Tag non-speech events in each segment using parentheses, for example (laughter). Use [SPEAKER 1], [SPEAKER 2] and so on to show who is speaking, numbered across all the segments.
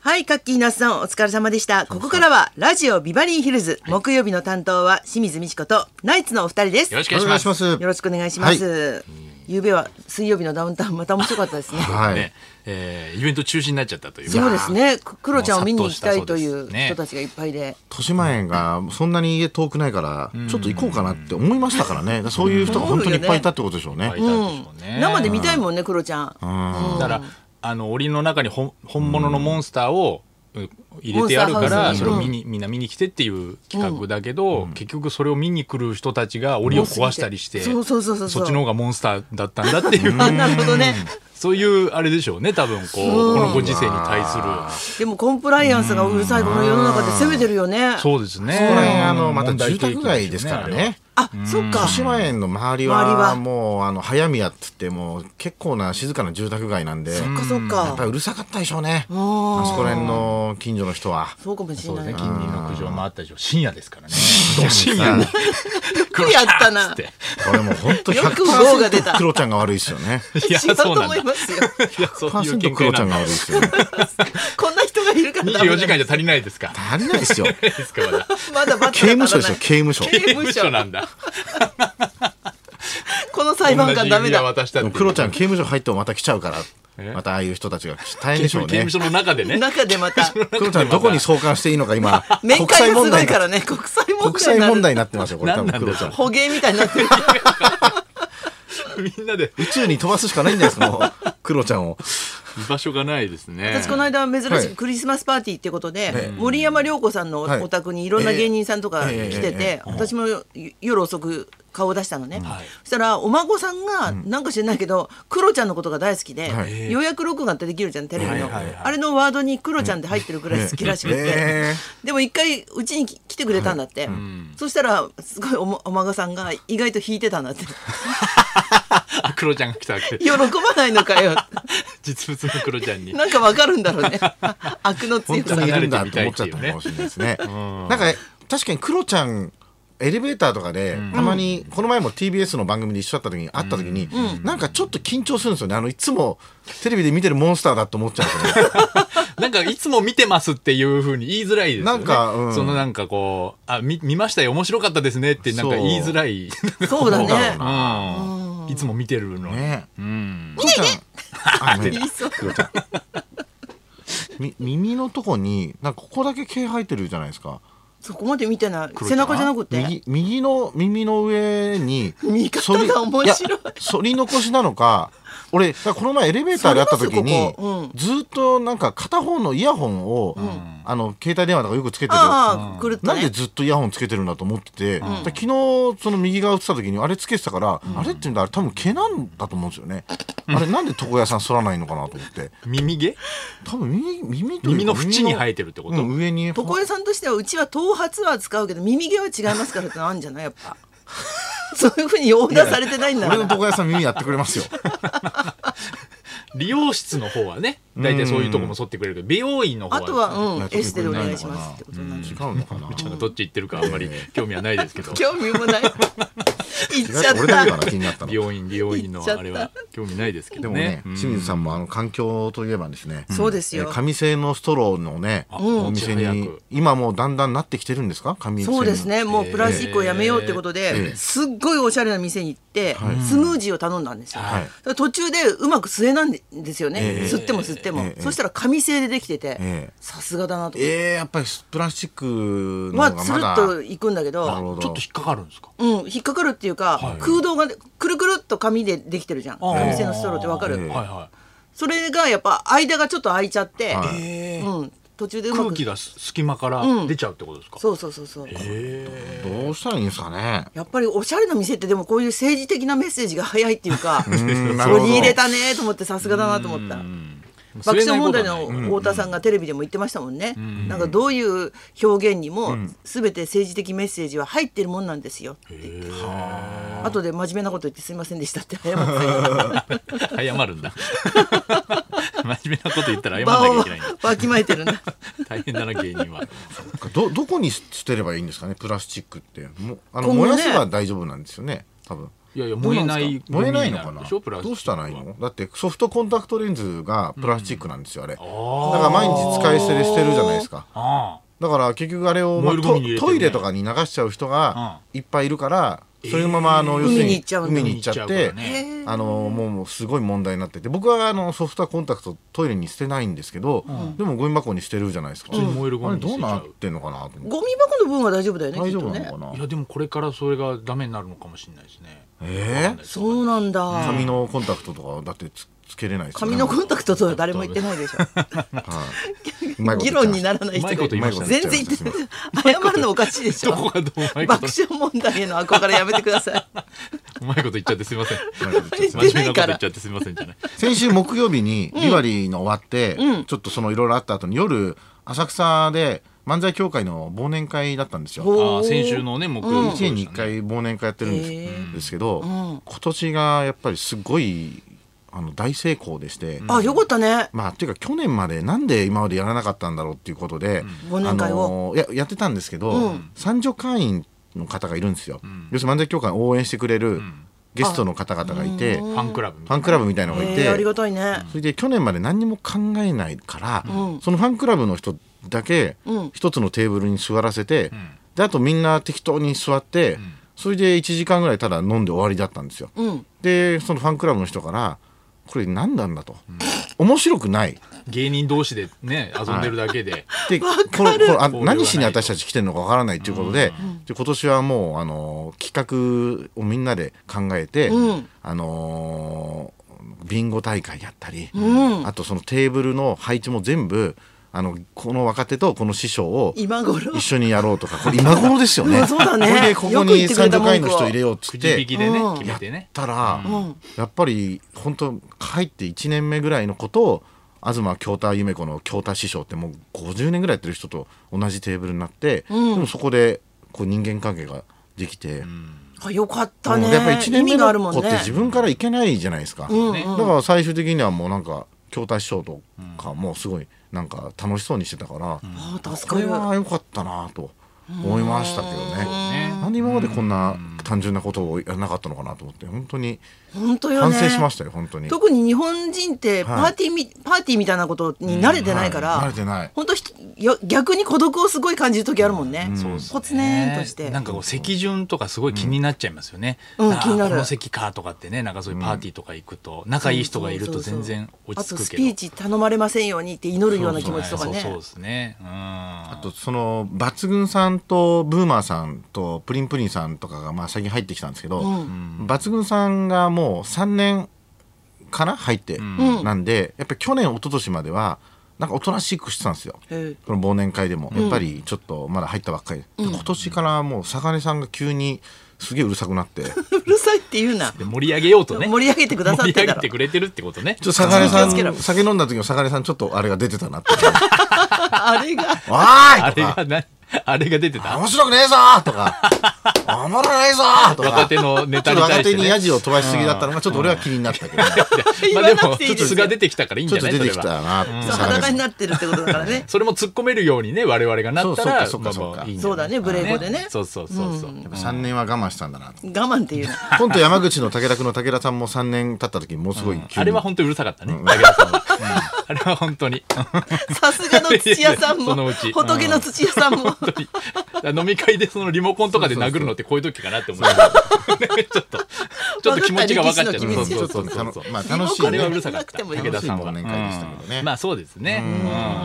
[SPEAKER 1] はい、カッキーナスさんお疲れ様でした。ここからはラジオビバリーヒルズ、木曜日の担当は清水美智子とナイツのお二人です。
[SPEAKER 2] よろしく
[SPEAKER 3] お
[SPEAKER 2] お
[SPEAKER 3] 願
[SPEAKER 2] 願
[SPEAKER 3] い
[SPEAKER 2] い
[SPEAKER 3] し
[SPEAKER 2] し
[SPEAKER 3] ま
[SPEAKER 2] ますす。
[SPEAKER 1] よろしくお願いします。夕べは水曜日のダウンタウンまた面白かったですね。
[SPEAKER 3] はい、
[SPEAKER 2] ねえーイベント中止になっちゃったという
[SPEAKER 1] そうですね。くクロちゃんを見に行きたいとい
[SPEAKER 2] もう
[SPEAKER 1] う
[SPEAKER 2] 殺到したそうですね
[SPEAKER 1] 人たちがいっぱいで。
[SPEAKER 3] 豊島園がそんなに家遠くないからちょっと行こうかなって思いましたからねそういう人が本当にいっぱいいたってことでしょうね
[SPEAKER 2] いたんでしょうね
[SPEAKER 1] 生で見たいもんね、クロちゃん。
[SPEAKER 2] だからあの檻の中に本本物のモンスターをう入れてあるか
[SPEAKER 1] モン
[SPEAKER 2] ら
[SPEAKER 1] スター
[SPEAKER 2] そ
[SPEAKER 1] ハウスに
[SPEAKER 2] れを見にみんな見に来てっていう企画だけど、結局それを見に来る人たちが檻を壊したりして
[SPEAKER 1] そうそうそうそう
[SPEAKER 2] そっちの方がモンスターだったんだっていう、
[SPEAKER 1] あ、なるほどね。
[SPEAKER 2] (laughs) そういうあれでしょうね多分こうこのご時世に対する
[SPEAKER 1] でもコンプライアンスがうるさいこの世の中で攻めてるよね。
[SPEAKER 2] そうですね。
[SPEAKER 3] これあのまた
[SPEAKER 2] 問題
[SPEAKER 3] 住
[SPEAKER 2] 提起
[SPEAKER 3] 宅街ですから
[SPEAKER 2] あれは
[SPEAKER 3] ね
[SPEAKER 1] あ、そっか
[SPEAKER 3] 豊。島園の周り
[SPEAKER 1] 周りは
[SPEAKER 3] はもうあの早見屋っつってもう結構な静かな住宅街なんで
[SPEAKER 1] そっ
[SPEAKER 3] や
[SPEAKER 1] かそっ
[SPEAKER 3] っぱ
[SPEAKER 1] か。
[SPEAKER 3] りうるさかったでしょうね
[SPEAKER 1] ー
[SPEAKER 3] あそこら辺の近所の人は
[SPEAKER 1] そうかもし
[SPEAKER 2] そ
[SPEAKER 1] れ
[SPEAKER 2] うで
[SPEAKER 1] な
[SPEAKER 2] すね
[SPEAKER 1] い。
[SPEAKER 2] 近隣の苦情もあったでしょう深夜ですからね深夜に
[SPEAKER 1] くりやったな
[SPEAKER 2] っつって
[SPEAKER 3] これもう本当
[SPEAKER 1] よく号が出た
[SPEAKER 3] 100%クロちゃんが悪いです
[SPEAKER 1] (laughs)
[SPEAKER 3] よね
[SPEAKER 2] (laughs) いや
[SPEAKER 1] 違うと
[SPEAKER 2] そうなん
[SPEAKER 1] 思
[SPEAKER 2] だ
[SPEAKER 1] いますよ。
[SPEAKER 2] い
[SPEAKER 3] (laughs)
[SPEAKER 2] やそういう
[SPEAKER 3] 100%
[SPEAKER 2] 見
[SPEAKER 3] ク
[SPEAKER 2] 解
[SPEAKER 3] ロち
[SPEAKER 2] な
[SPEAKER 3] ゃん
[SPEAKER 2] んだ
[SPEAKER 3] が悪いですよね
[SPEAKER 1] こんな人がいるからダメ
[SPEAKER 2] 24
[SPEAKER 1] なんです
[SPEAKER 2] 時間じゃ足りないですか
[SPEAKER 3] 足りないですよ
[SPEAKER 2] ないですかま
[SPEAKER 1] まだ
[SPEAKER 2] だ
[SPEAKER 1] バ
[SPEAKER 3] 刑
[SPEAKER 1] (laughs)
[SPEAKER 3] 務所ですよ刑務所
[SPEAKER 1] 刑
[SPEAKER 2] 刑
[SPEAKER 1] 務
[SPEAKER 2] 務
[SPEAKER 1] 所
[SPEAKER 2] 所なんだ
[SPEAKER 1] この裁判官ダメだ。
[SPEAKER 2] 同じ指輪渡したってい
[SPEAKER 3] でも
[SPEAKER 2] う
[SPEAKER 3] クロちゃん刑務所入ってもまた来ちゃうから
[SPEAKER 2] え
[SPEAKER 3] またああいう人たちが大変
[SPEAKER 2] 刑
[SPEAKER 3] でしょう
[SPEAKER 2] 務刑
[SPEAKER 3] ね
[SPEAKER 2] 務所の中でね
[SPEAKER 1] 中でま
[SPEAKER 2] (laughs)
[SPEAKER 1] た
[SPEAKER 3] クロちゃんどこに送還していいのか今
[SPEAKER 1] (laughs) 面
[SPEAKER 3] 国際
[SPEAKER 1] 会がす
[SPEAKER 3] 問
[SPEAKER 1] ご
[SPEAKER 3] 題
[SPEAKER 1] い
[SPEAKER 3] に
[SPEAKER 1] か
[SPEAKER 3] な
[SPEAKER 1] ら
[SPEAKER 3] っ
[SPEAKER 1] ね国際問
[SPEAKER 3] 国
[SPEAKER 1] 題
[SPEAKER 3] 際
[SPEAKER 1] になる
[SPEAKER 3] 問題になってますよこれ多
[SPEAKER 2] 何
[SPEAKER 3] 分
[SPEAKER 2] なん
[SPEAKER 3] ク
[SPEAKER 2] だ
[SPEAKER 3] ロちゃん
[SPEAKER 1] 捕鯨みたいになってる
[SPEAKER 2] みんなで
[SPEAKER 3] 宇宙に飛ばすしかないんじゃ
[SPEAKER 2] (laughs)
[SPEAKER 3] ないですかもうクロちゃんを
[SPEAKER 2] 居場所がないですね
[SPEAKER 1] 私この間珍
[SPEAKER 3] は
[SPEAKER 1] しく
[SPEAKER 3] い
[SPEAKER 1] クリスマスパーティーってことで、
[SPEAKER 3] ええ
[SPEAKER 1] 森山良子さんの
[SPEAKER 3] はい
[SPEAKER 1] お宅にいろんな芸人さんとか
[SPEAKER 3] ええ
[SPEAKER 1] 来てて、
[SPEAKER 3] ええええ
[SPEAKER 1] 私も夜遅く顔を出したのね、
[SPEAKER 2] はい
[SPEAKER 1] そしたらお孫さんがなんか知らないけど、クロちゃんのことが大好きで、
[SPEAKER 3] はい
[SPEAKER 1] ようやく録画ってできるじゃんテレビの、
[SPEAKER 2] はいはいはい
[SPEAKER 1] あれのワードにクロちゃんって入ってるくらい好きらしくて、
[SPEAKER 3] え
[SPEAKER 1] でも一回うちにき来てくれたんだって、そしたらすごいおもお孫さんが意外と弾いてたんだって (laughs)
[SPEAKER 2] あクロちゃんが来たわけ
[SPEAKER 1] 喜ばないのかよ
[SPEAKER 2] 実物のクロちゃんに
[SPEAKER 1] なんかわかるんだろうね悪の強さ
[SPEAKER 3] 本当
[SPEAKER 1] が
[SPEAKER 3] にい
[SPEAKER 2] 離れ
[SPEAKER 3] るん
[SPEAKER 2] て
[SPEAKER 3] だっ
[SPEAKER 2] み
[SPEAKER 3] て
[SPEAKER 2] たい
[SPEAKER 3] 思
[SPEAKER 2] っ
[SPEAKER 3] っち
[SPEAKER 2] て
[SPEAKER 3] ゃっ
[SPEAKER 2] いうね
[SPEAKER 3] たのかもしれないですねなんか確かにクロちゃんエレベーターとかで、たまにこの前も TBS の番組で一緒だった時に会った時に、なんかちょっと緊張するんですよねあのいつもテレビで見てるモンスターだと思っちゃうから
[SPEAKER 2] なんかいつも見てますっていうふうに言いづらいですよね
[SPEAKER 3] なんかうん
[SPEAKER 2] そのなんかこうあ見見ましたよ面白かったですねってなんか
[SPEAKER 3] そう
[SPEAKER 2] 言いづらい
[SPEAKER 1] そうだね
[SPEAKER 2] うんいつも見てる (laughs) のに
[SPEAKER 3] ね
[SPEAKER 2] うん
[SPEAKER 3] クロちゃん
[SPEAKER 2] (laughs)
[SPEAKER 3] あのね
[SPEAKER 1] 言いそう
[SPEAKER 3] み耳のとこになんかここだけ毛生えてるじゃないですか
[SPEAKER 1] そこまで見てない
[SPEAKER 2] 黒
[SPEAKER 1] 背
[SPEAKER 2] ちゃん
[SPEAKER 1] 中じゃなくて
[SPEAKER 3] 右右の耳の上に
[SPEAKER 1] (laughs) 見方が
[SPEAKER 3] 反り
[SPEAKER 1] 面白い
[SPEAKER 3] や反り残しなのか俺だからこの前エレベーターで会った時
[SPEAKER 1] 反
[SPEAKER 3] に
[SPEAKER 1] りますここ
[SPEAKER 3] ずっとなんか片方のイヤホンを、あの携帯電話とかよくつけてる
[SPEAKER 1] ああくるっと
[SPEAKER 3] なんで
[SPEAKER 1] ね
[SPEAKER 3] ずっとイヤホンつけてるんだと思ってて、だから昨日その右側映った時にあれつけてたから、あれって言うんだあれ多分毛なんだと思うんですよね、あれなんで床屋さん反らないのかなと思って
[SPEAKER 2] 耳毛
[SPEAKER 3] 多分耳耳というか
[SPEAKER 2] 耳の縁に生
[SPEAKER 3] え
[SPEAKER 2] えてるってこと、
[SPEAKER 3] うん、上に
[SPEAKER 1] 床屋さんとしてはうちは頭髪は使うけど耳毛は違いますからってのあるんじゃないやっぱ (laughs) そういうふうにオーダーされてないんだ
[SPEAKER 3] 俺の
[SPEAKER 1] から
[SPEAKER 3] 床屋さん耳やってく
[SPEAKER 1] (laughs)
[SPEAKER 3] れますよ
[SPEAKER 2] 理容室の方はね大体そういうとこも剃ってくれるけど美容院の方は
[SPEAKER 1] あとは
[SPEAKER 3] う
[SPEAKER 1] うんんエステでお願いしますってことになる
[SPEAKER 3] 違うのかな
[SPEAKER 2] ちょっとどっち行ってるかあんまり興味はないですけ
[SPEAKER 1] (laughs)
[SPEAKER 2] ど
[SPEAKER 1] 興味もない言っちゃっ
[SPEAKER 3] 俺だけかな
[SPEAKER 1] た
[SPEAKER 3] 気に
[SPEAKER 2] (laughs)
[SPEAKER 3] なったの
[SPEAKER 2] 美容院美容院のあれは興味ないですけ
[SPEAKER 3] で
[SPEAKER 2] ど
[SPEAKER 3] も
[SPEAKER 2] ね
[SPEAKER 3] ね、
[SPEAKER 2] うん
[SPEAKER 3] 清水さんもあの環境といえばですね、
[SPEAKER 1] そうですよ
[SPEAKER 3] えー紙製のストローのね、お店
[SPEAKER 2] いち
[SPEAKER 3] に
[SPEAKER 2] 早く
[SPEAKER 3] 今もうだんだんなってきてるんですか紙製の
[SPEAKER 1] そうですねもうプラスチックをやめようってことで、
[SPEAKER 3] え
[SPEAKER 1] すっごいおしゃれな店に行って、スムージーを頼んだんですよ、
[SPEAKER 3] はい
[SPEAKER 1] だから途中でうまく吸えなんですよね、
[SPEAKER 3] ええ
[SPEAKER 1] 吸っても吸っても、
[SPEAKER 3] ええ
[SPEAKER 1] そしたら紙製でできてて、
[SPEAKER 3] ええ
[SPEAKER 1] さすがだなと、
[SPEAKER 3] えー、やっぱりプラスチックの
[SPEAKER 1] ま
[SPEAKER 3] 方
[SPEAKER 1] あ
[SPEAKER 3] が
[SPEAKER 1] つる
[SPEAKER 3] まだ
[SPEAKER 1] っといくんだけ
[SPEAKER 3] な
[SPEAKER 1] ど
[SPEAKER 3] るほど
[SPEAKER 2] ちょっと引っかかるんですか
[SPEAKER 1] うん、引っかかるっていうか、空洞がねくるくるっと紙でできてるじゃん
[SPEAKER 2] あー
[SPEAKER 1] 紙製のストローってわかる、
[SPEAKER 3] ええ
[SPEAKER 2] はいは
[SPEAKER 1] それがやっぱ間がちょっと空いちゃって、
[SPEAKER 3] はい
[SPEAKER 2] いえー
[SPEAKER 1] うん、途中でうま
[SPEAKER 2] 空
[SPEAKER 1] く
[SPEAKER 2] 気が隙間から出ちゃうってことですか、
[SPEAKER 1] そうそうそうそう
[SPEAKER 2] へ
[SPEAKER 3] どうしたらいいんですかね
[SPEAKER 1] やっぱりおしゃれな店ってでもこういう政治的なメッセージが早いっていうか
[SPEAKER 3] んなるほど
[SPEAKER 1] 取り入れたねと思ってさすがだなと思った
[SPEAKER 2] ー
[SPEAKER 1] 爆笑問題の
[SPEAKER 2] 吸えないことはない
[SPEAKER 1] 太田さんがテレビでも言ってましたもんね、なんかどういう表現にも全て政治的メッセージは入ってるもんなんですよって言って後で真面目なこと言ってすいませんでしたって謝って
[SPEAKER 2] 謝る
[SPEAKER 1] (laughs)
[SPEAKER 2] んだ真面目なこと言ったら謝んな
[SPEAKER 1] 場
[SPEAKER 2] きゃ
[SPEAKER 1] を
[SPEAKER 2] いけないんだ
[SPEAKER 1] わきまえてるな
[SPEAKER 2] 大変だな芸人は
[SPEAKER 3] どどこに捨てればいいんですかねプラスチックってもうあの、
[SPEAKER 1] 今後ね
[SPEAKER 3] 燃やせば大丈夫なんですよね多分
[SPEAKER 2] いやいや燃えない
[SPEAKER 3] 燃えないのかな
[SPEAKER 2] でしょプラスチック
[SPEAKER 3] どう
[SPEAKER 2] は
[SPEAKER 3] したらいいのだってソフトコンタクトレンズがプラスチックなんですよあれだか
[SPEAKER 2] あ
[SPEAKER 3] ら毎日使い捨てで捨てるじゃないですか
[SPEAKER 2] ああ
[SPEAKER 3] だから結局あれを、ま
[SPEAKER 2] 燃
[SPEAKER 3] あ
[SPEAKER 2] えるゴ
[SPEAKER 3] ト
[SPEAKER 2] ミに入れてるね
[SPEAKER 3] トイレとかに流しちゃう人がいっぱいいるから、それのままあの要する
[SPEAKER 1] 海に行
[SPEAKER 3] に
[SPEAKER 1] っちゃうんだ
[SPEAKER 3] 海に行っちゃって
[SPEAKER 2] 海に行っちゃうからね
[SPEAKER 1] へー
[SPEAKER 3] あのもうもうすごい問題になってて僕はあのソフトコンタクトトイレに捨てないんですけど、でもゴミ箱に捨てるじゃないですか、
[SPEAKER 2] 普通に燃えるゴミ
[SPEAKER 3] あれ
[SPEAKER 2] に捨て
[SPEAKER 3] どう
[SPEAKER 2] ちゃう
[SPEAKER 3] なってんのかなと思って
[SPEAKER 1] ゴミ箱の分は大丈夫だよね
[SPEAKER 3] 大丈夫
[SPEAKER 1] きっと
[SPEAKER 3] な
[SPEAKER 1] ね
[SPEAKER 3] のかな、
[SPEAKER 2] いやでもこれからそれがダメになるのかもしれないですね
[SPEAKER 3] えー
[SPEAKER 1] そうなんだ
[SPEAKER 3] 紙のコンタクトとかだってつつけれないですよ
[SPEAKER 1] 紙
[SPEAKER 3] ね
[SPEAKER 1] のコンタクトとは誰も言ってないでしょ議論にならない人
[SPEAKER 2] うまいこと言いましたね
[SPEAKER 1] 全然言ってない謝るのおかしいでしょ
[SPEAKER 2] どこがどううまいこと
[SPEAKER 1] 爆笑問題への憧れやめてください
[SPEAKER 2] うまいこと言っちゃってすいません
[SPEAKER 1] 言
[SPEAKER 2] 真
[SPEAKER 1] って
[SPEAKER 2] 面目
[SPEAKER 1] な
[SPEAKER 2] ない
[SPEAKER 1] か
[SPEAKER 2] こと言っ
[SPEAKER 1] ら
[SPEAKER 2] ちゃってすいませんじゃない
[SPEAKER 1] (laughs)
[SPEAKER 3] 先週木曜日にリワリーの終わって、ちょっとそのいろいろあった後に夜浅草で漫才協会の忘年会だったんですよ。
[SPEAKER 1] ほ
[SPEAKER 2] ああ先週のね木曜日
[SPEAKER 3] 1年に1回忘年会やってるんです,、
[SPEAKER 1] へー
[SPEAKER 3] ですけど、今年がやっぱりすごいあの大成功でして、
[SPEAKER 1] あよかったね
[SPEAKER 3] まあっていうか去年までなんで今までやらなかったんだろうっていうことで、
[SPEAKER 1] 忘年会を
[SPEAKER 3] あのややってたんですけど、三女会員の方がいるんですよ、要するに漫才協会を応援してくれるゲストの方々がいて、
[SPEAKER 2] フ
[SPEAKER 3] フ
[SPEAKER 2] ァンクラブみた
[SPEAKER 3] ァ
[SPEAKER 2] い
[SPEAKER 3] ンクラブみたいなのがいて、
[SPEAKER 1] えーありがたいね
[SPEAKER 3] それで去年まで何にも考えないから、そのファンクラブの人だけ
[SPEAKER 1] うん
[SPEAKER 3] 一つのテーブルに座らせて、であとみんな適当に座って、それで1時間ぐらいただ飲んで終わりだったんですよ。
[SPEAKER 1] うん
[SPEAKER 3] でそのファンクラブの人から「これ何なんだ」と「面白くない」
[SPEAKER 2] な芸人同士でね遊んでるだけで
[SPEAKER 3] でこれこれあ
[SPEAKER 2] 交流がないと
[SPEAKER 3] 何しに私たち来てるのかわからないということで,、で今年はもうあの企画をみんなで考えて、
[SPEAKER 1] うん
[SPEAKER 3] あのービンゴ大会やったり、
[SPEAKER 1] ん
[SPEAKER 3] あとそのテーブルの配置も全部あのこの若手とこの師匠を
[SPEAKER 1] 今頃
[SPEAKER 3] 一緒にやろうとかこれ今頃ですよね。
[SPEAKER 1] うん (laughs) そうだね
[SPEAKER 3] これでここ
[SPEAKER 1] よく言
[SPEAKER 3] に
[SPEAKER 1] ってくれ
[SPEAKER 3] 三
[SPEAKER 1] た
[SPEAKER 3] 十
[SPEAKER 1] 文
[SPEAKER 3] 回
[SPEAKER 1] 句
[SPEAKER 3] の
[SPEAKER 1] を
[SPEAKER 3] 人入れようっつっ
[SPEAKER 2] く
[SPEAKER 3] て
[SPEAKER 2] じ引きでね
[SPEAKER 1] うん
[SPEAKER 2] 決めて
[SPEAKER 3] やっ
[SPEAKER 2] ね
[SPEAKER 3] たら、
[SPEAKER 1] ん
[SPEAKER 3] やっぱり本当入って1年目ぐらいのことを東京太夢子の京太師匠ってもう50年ぐらいやってる人と同じテーブルになって、
[SPEAKER 1] うん
[SPEAKER 3] でもそこでこう人間関係ができて、
[SPEAKER 1] あよかったね
[SPEAKER 3] うんやっぱ1
[SPEAKER 1] 意
[SPEAKER 3] 年目
[SPEAKER 1] 味がある
[SPEAKER 3] の
[SPEAKER 1] もん
[SPEAKER 3] 子って
[SPEAKER 1] ね
[SPEAKER 3] 自分からいけないじゃないですか、
[SPEAKER 1] うんう
[SPEAKER 2] ね
[SPEAKER 1] ん
[SPEAKER 3] だから最終的にはもうなんか京太師匠とかもすごいなんか楽しそうにしてたから、
[SPEAKER 1] あー助
[SPEAKER 3] こ
[SPEAKER 1] か
[SPEAKER 3] れ
[SPEAKER 1] る
[SPEAKER 3] は良かったなと思いましたけどね。
[SPEAKER 2] ね
[SPEAKER 3] なんで今までこんな単純なことをやらなかったのかなと思って本当に
[SPEAKER 1] 本当よ
[SPEAKER 3] 反
[SPEAKER 1] ね
[SPEAKER 3] 省しましたよ本当に。
[SPEAKER 1] 特に日本人ってパーティーみ、パーティーみたいなことに慣れてないから、
[SPEAKER 3] うんはい慣れてない
[SPEAKER 1] 本当ひよ逆に孤独をすごい感じる時あるもんね、ポツねーんとして、
[SPEAKER 2] なんかこう席順とかすごい気になっちゃいますよね、
[SPEAKER 1] うんうん
[SPEAKER 2] あー
[SPEAKER 1] 気になる
[SPEAKER 2] この席かとかってねなんかそういうパーティーとか行くと仲いい人がいると全然落ち
[SPEAKER 1] あと
[SPEAKER 2] 着く
[SPEAKER 1] ス
[SPEAKER 2] け
[SPEAKER 1] ピ
[SPEAKER 2] ど
[SPEAKER 1] ーチ頼まれませんようにって祈るような気持ちとかね
[SPEAKER 2] そうそうそうですねうんあ
[SPEAKER 3] あとその抜群さんとブーマーさんとプリンプリンさんとかがまあ最近入ってきたんですけど、抜群さんがもう3年かな入って、
[SPEAKER 1] ん
[SPEAKER 3] なんでやっぱり去年一昨年まではなんかおとなしくしてたんですよ。
[SPEAKER 1] へー (laughs)
[SPEAKER 3] この忘年会でもやっぱりちょっとまだ入ったばっかりで、今年からもう坂根さんが急にすげえうるさく
[SPEAKER 1] (laughs)
[SPEAKER 3] なってちょっ
[SPEAKER 1] うるさいって言う
[SPEAKER 3] (laughs)
[SPEAKER 1] な
[SPEAKER 2] で盛り上げようとね
[SPEAKER 1] 盛り上げてくださってんだろ
[SPEAKER 2] 盛り上げてくれてるってことね
[SPEAKER 3] と坂根さ
[SPEAKER 1] 気をつけろ
[SPEAKER 3] ん酒飲んだ時の坂根さんちょっとあれが出てたな
[SPEAKER 1] (laughs)
[SPEAKER 3] って
[SPEAKER 1] あれが
[SPEAKER 3] 「わ
[SPEAKER 2] あ
[SPEAKER 3] ーい!」と
[SPEAKER 2] れ
[SPEAKER 3] か
[SPEAKER 2] がなあれが出て
[SPEAKER 3] 「
[SPEAKER 2] た
[SPEAKER 3] 面白くねえぞ!」とか「おもろないぞ!」とか
[SPEAKER 2] 若手のネ
[SPEAKER 3] ち
[SPEAKER 2] タ
[SPEAKER 3] ょっ
[SPEAKER 2] に
[SPEAKER 3] と
[SPEAKER 2] 対
[SPEAKER 3] 若
[SPEAKER 2] して、
[SPEAKER 3] 手
[SPEAKER 2] ね、
[SPEAKER 3] にヤジを飛ばしすぎだったのがちょっと俺は気になったけど、
[SPEAKER 2] まあで
[SPEAKER 1] 言わな
[SPEAKER 2] も
[SPEAKER 1] くて
[SPEAKER 2] ち
[SPEAKER 1] いい
[SPEAKER 2] ょ
[SPEAKER 1] で
[SPEAKER 2] っと
[SPEAKER 1] す
[SPEAKER 2] 素
[SPEAKER 1] よ
[SPEAKER 2] が出てきたからいいん
[SPEAKER 3] ち
[SPEAKER 2] じ
[SPEAKER 3] ょっ
[SPEAKER 2] ゃ
[SPEAKER 3] と
[SPEAKER 2] ない
[SPEAKER 3] 出て
[SPEAKER 2] そ
[SPEAKER 3] き
[SPEAKER 2] れは
[SPEAKER 3] たなって
[SPEAKER 1] そう裸になってるってことだから
[SPEAKER 2] (laughs)
[SPEAKER 1] ね
[SPEAKER 2] それも突っ込めるようにね我々がなったら
[SPEAKER 3] そうかそうかそ
[SPEAKER 2] まあ
[SPEAKER 3] うか
[SPEAKER 2] まあいいんじゃない
[SPEAKER 1] そうだねブレイゴでね
[SPEAKER 2] そうそうそうそう、うん
[SPEAKER 3] 3年は我慢したんだな
[SPEAKER 1] 我慢っていう
[SPEAKER 3] (laughs)
[SPEAKER 1] な
[SPEAKER 3] 今度山口の武田君の武田さんも3年経った時にもうすごい急に、
[SPEAKER 2] あれは本当にうるさかったね、武田さんはあれは本当に
[SPEAKER 1] さすがの土屋さん
[SPEAKER 2] その
[SPEAKER 1] も
[SPEAKER 2] うち
[SPEAKER 1] 仏の土屋さんも
[SPEAKER 2] 本当に飲み会でそのリモコンとかで殴るのってこういう時かなって思う (laughs) ちょっとちょっと気持ちが分かっちゃう
[SPEAKER 1] 分かった力士
[SPEAKER 2] そ
[SPEAKER 1] の
[SPEAKER 2] うそうそうそう (laughs)
[SPEAKER 3] ちょっとまあ楽しい
[SPEAKER 2] あれはう
[SPEAKER 3] ね
[SPEAKER 2] るさかった
[SPEAKER 1] リモコンで殴ってもい
[SPEAKER 2] 武
[SPEAKER 1] い
[SPEAKER 2] 田さんは
[SPEAKER 3] 楽しい忘年会でしたけどね
[SPEAKER 2] うんまあそうですね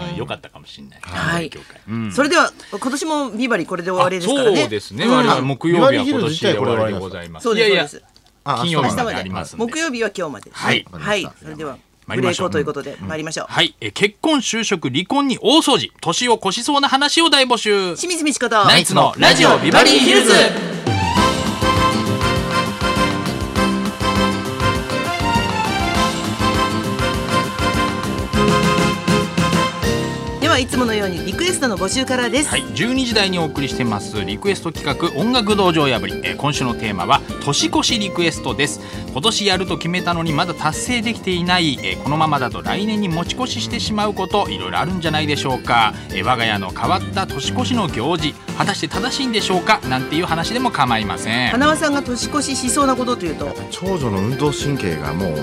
[SPEAKER 2] うん良かったかもしれない
[SPEAKER 1] はい
[SPEAKER 2] 業界
[SPEAKER 1] それでは今年もビバリこれで終わりですから
[SPEAKER 2] そう
[SPEAKER 1] ね
[SPEAKER 2] ですね我々木曜日は今年で終わり
[SPEAKER 3] う
[SPEAKER 2] で
[SPEAKER 3] ん
[SPEAKER 2] ございます
[SPEAKER 1] そう
[SPEAKER 2] いや
[SPEAKER 1] ですそう
[SPEAKER 2] いや
[SPEAKER 1] です
[SPEAKER 3] あ
[SPEAKER 2] 金曜日
[SPEAKER 1] 明日
[SPEAKER 2] ま
[SPEAKER 1] ま
[SPEAKER 2] で
[SPEAKER 1] で
[SPEAKER 2] ありますんで
[SPEAKER 1] 木曜日は今日まで
[SPEAKER 2] はい
[SPEAKER 1] はい
[SPEAKER 3] わかりました
[SPEAKER 1] それでは
[SPEAKER 2] 参
[SPEAKER 1] ブ
[SPEAKER 2] り
[SPEAKER 1] レ
[SPEAKER 2] ま
[SPEAKER 1] イ
[SPEAKER 2] しょう
[SPEAKER 1] コということで参りましょう
[SPEAKER 2] はいえー結婚就職離婚に大掃除年を越しそうな話を大募集
[SPEAKER 1] 清水美智子と
[SPEAKER 2] ナイツのラジオビバリーヒルズ
[SPEAKER 1] ではいつものようにリクエストの募集からです、
[SPEAKER 2] はい、12時台にお送りしてますリクエスト企画音楽道場破り、えー今週のテーマは年越しリクエストです今年やると決めたのにまだ達成できていない、えーこのままだと来年に持ち越ししてしまうこといろいろあるんじゃないでしょうか、えー我が家の変わった年越しの行事果たして正しいんでしょうかなんていう話でも構いません
[SPEAKER 1] 花輪さんが年越ししそうなことというと
[SPEAKER 3] 長女の運動神経がもう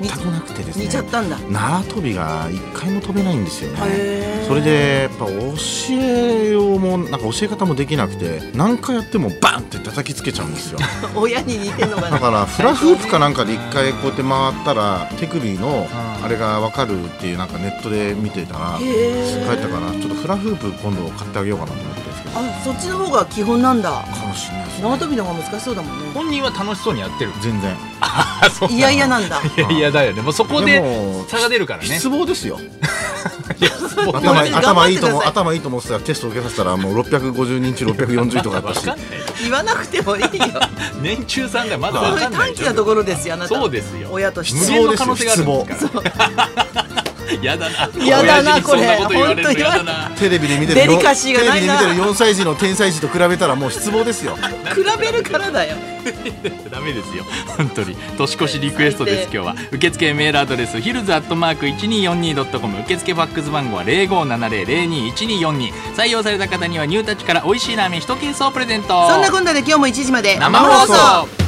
[SPEAKER 3] 全くなくてです
[SPEAKER 1] 似
[SPEAKER 3] ね
[SPEAKER 1] ちゃったんだ、
[SPEAKER 3] 縄跳びが一回も飛べないんですよね
[SPEAKER 1] へー
[SPEAKER 3] それでやっぱ教えようもなんか教え方もできなくて何回やってもバンって叩きつけちゃうんですよ
[SPEAKER 1] 親に似てんのか
[SPEAKER 3] だ
[SPEAKER 1] な
[SPEAKER 3] からフラフープかなんかで一回こうやって回ったら手首のあれが分かるっていうなんかネットで見てたら
[SPEAKER 1] へ
[SPEAKER 3] 帰
[SPEAKER 1] え
[SPEAKER 3] ったからちょっとフラフープ今度買ってあげようかなと思ってるんですけど
[SPEAKER 1] あそっちの方が基本なんだ
[SPEAKER 3] かもしれないです
[SPEAKER 1] 縄跳びの方が難しそうだもんね
[SPEAKER 2] 本人は楽しそうにやってる
[SPEAKER 3] 全然
[SPEAKER 2] あそ
[SPEAKER 1] (laughs)
[SPEAKER 2] う
[SPEAKER 1] いやいやなんだ
[SPEAKER 2] いやいやだよねもうそこ
[SPEAKER 3] で
[SPEAKER 2] で
[SPEAKER 3] も
[SPEAKER 2] 差が出るからね
[SPEAKER 3] 失望ですよ
[SPEAKER 2] もう
[SPEAKER 1] 頑張
[SPEAKER 3] 頭
[SPEAKER 1] って
[SPEAKER 3] いい
[SPEAKER 1] ください
[SPEAKER 3] 頭いいと思頭いいと思ってたらテスト受けさせたらもう650人中640とかやっ
[SPEAKER 2] わ
[SPEAKER 3] た
[SPEAKER 1] (laughs)
[SPEAKER 3] し
[SPEAKER 2] かんない
[SPEAKER 1] 言わなくて
[SPEAKER 2] (laughs)
[SPEAKER 1] もいいよ
[SPEAKER 2] 年中さんがまだわ
[SPEAKER 1] そうい
[SPEAKER 2] か
[SPEAKER 1] うん
[SPEAKER 2] ない
[SPEAKER 1] 短期なところですよあなた
[SPEAKER 2] そうですよ
[SPEAKER 1] 親と
[SPEAKER 2] 無
[SPEAKER 1] して
[SPEAKER 2] 限の可能性があるんですからやだな
[SPEAKER 1] やだな
[SPEAKER 2] 親父にそんなこと言われるの
[SPEAKER 1] これ
[SPEAKER 2] やだな
[SPEAKER 3] テレビで見て
[SPEAKER 1] デ
[SPEAKER 3] る
[SPEAKER 1] リカシーがないな
[SPEAKER 3] テレビで見てる4歳児の天才児と比べたらもう失望ですよ
[SPEAKER 1] 比べるからだよ
[SPEAKER 2] ダメですよ本当に年越しリクエストです今日は受付メールアドレスヒルズアットマーク 1242.com 受付ファックス番号は0570021242採用された方にはニュータッチから美味しいラーメン1ケースをプレゼント
[SPEAKER 1] そんなこんなで今日も1時まで
[SPEAKER 2] 生放送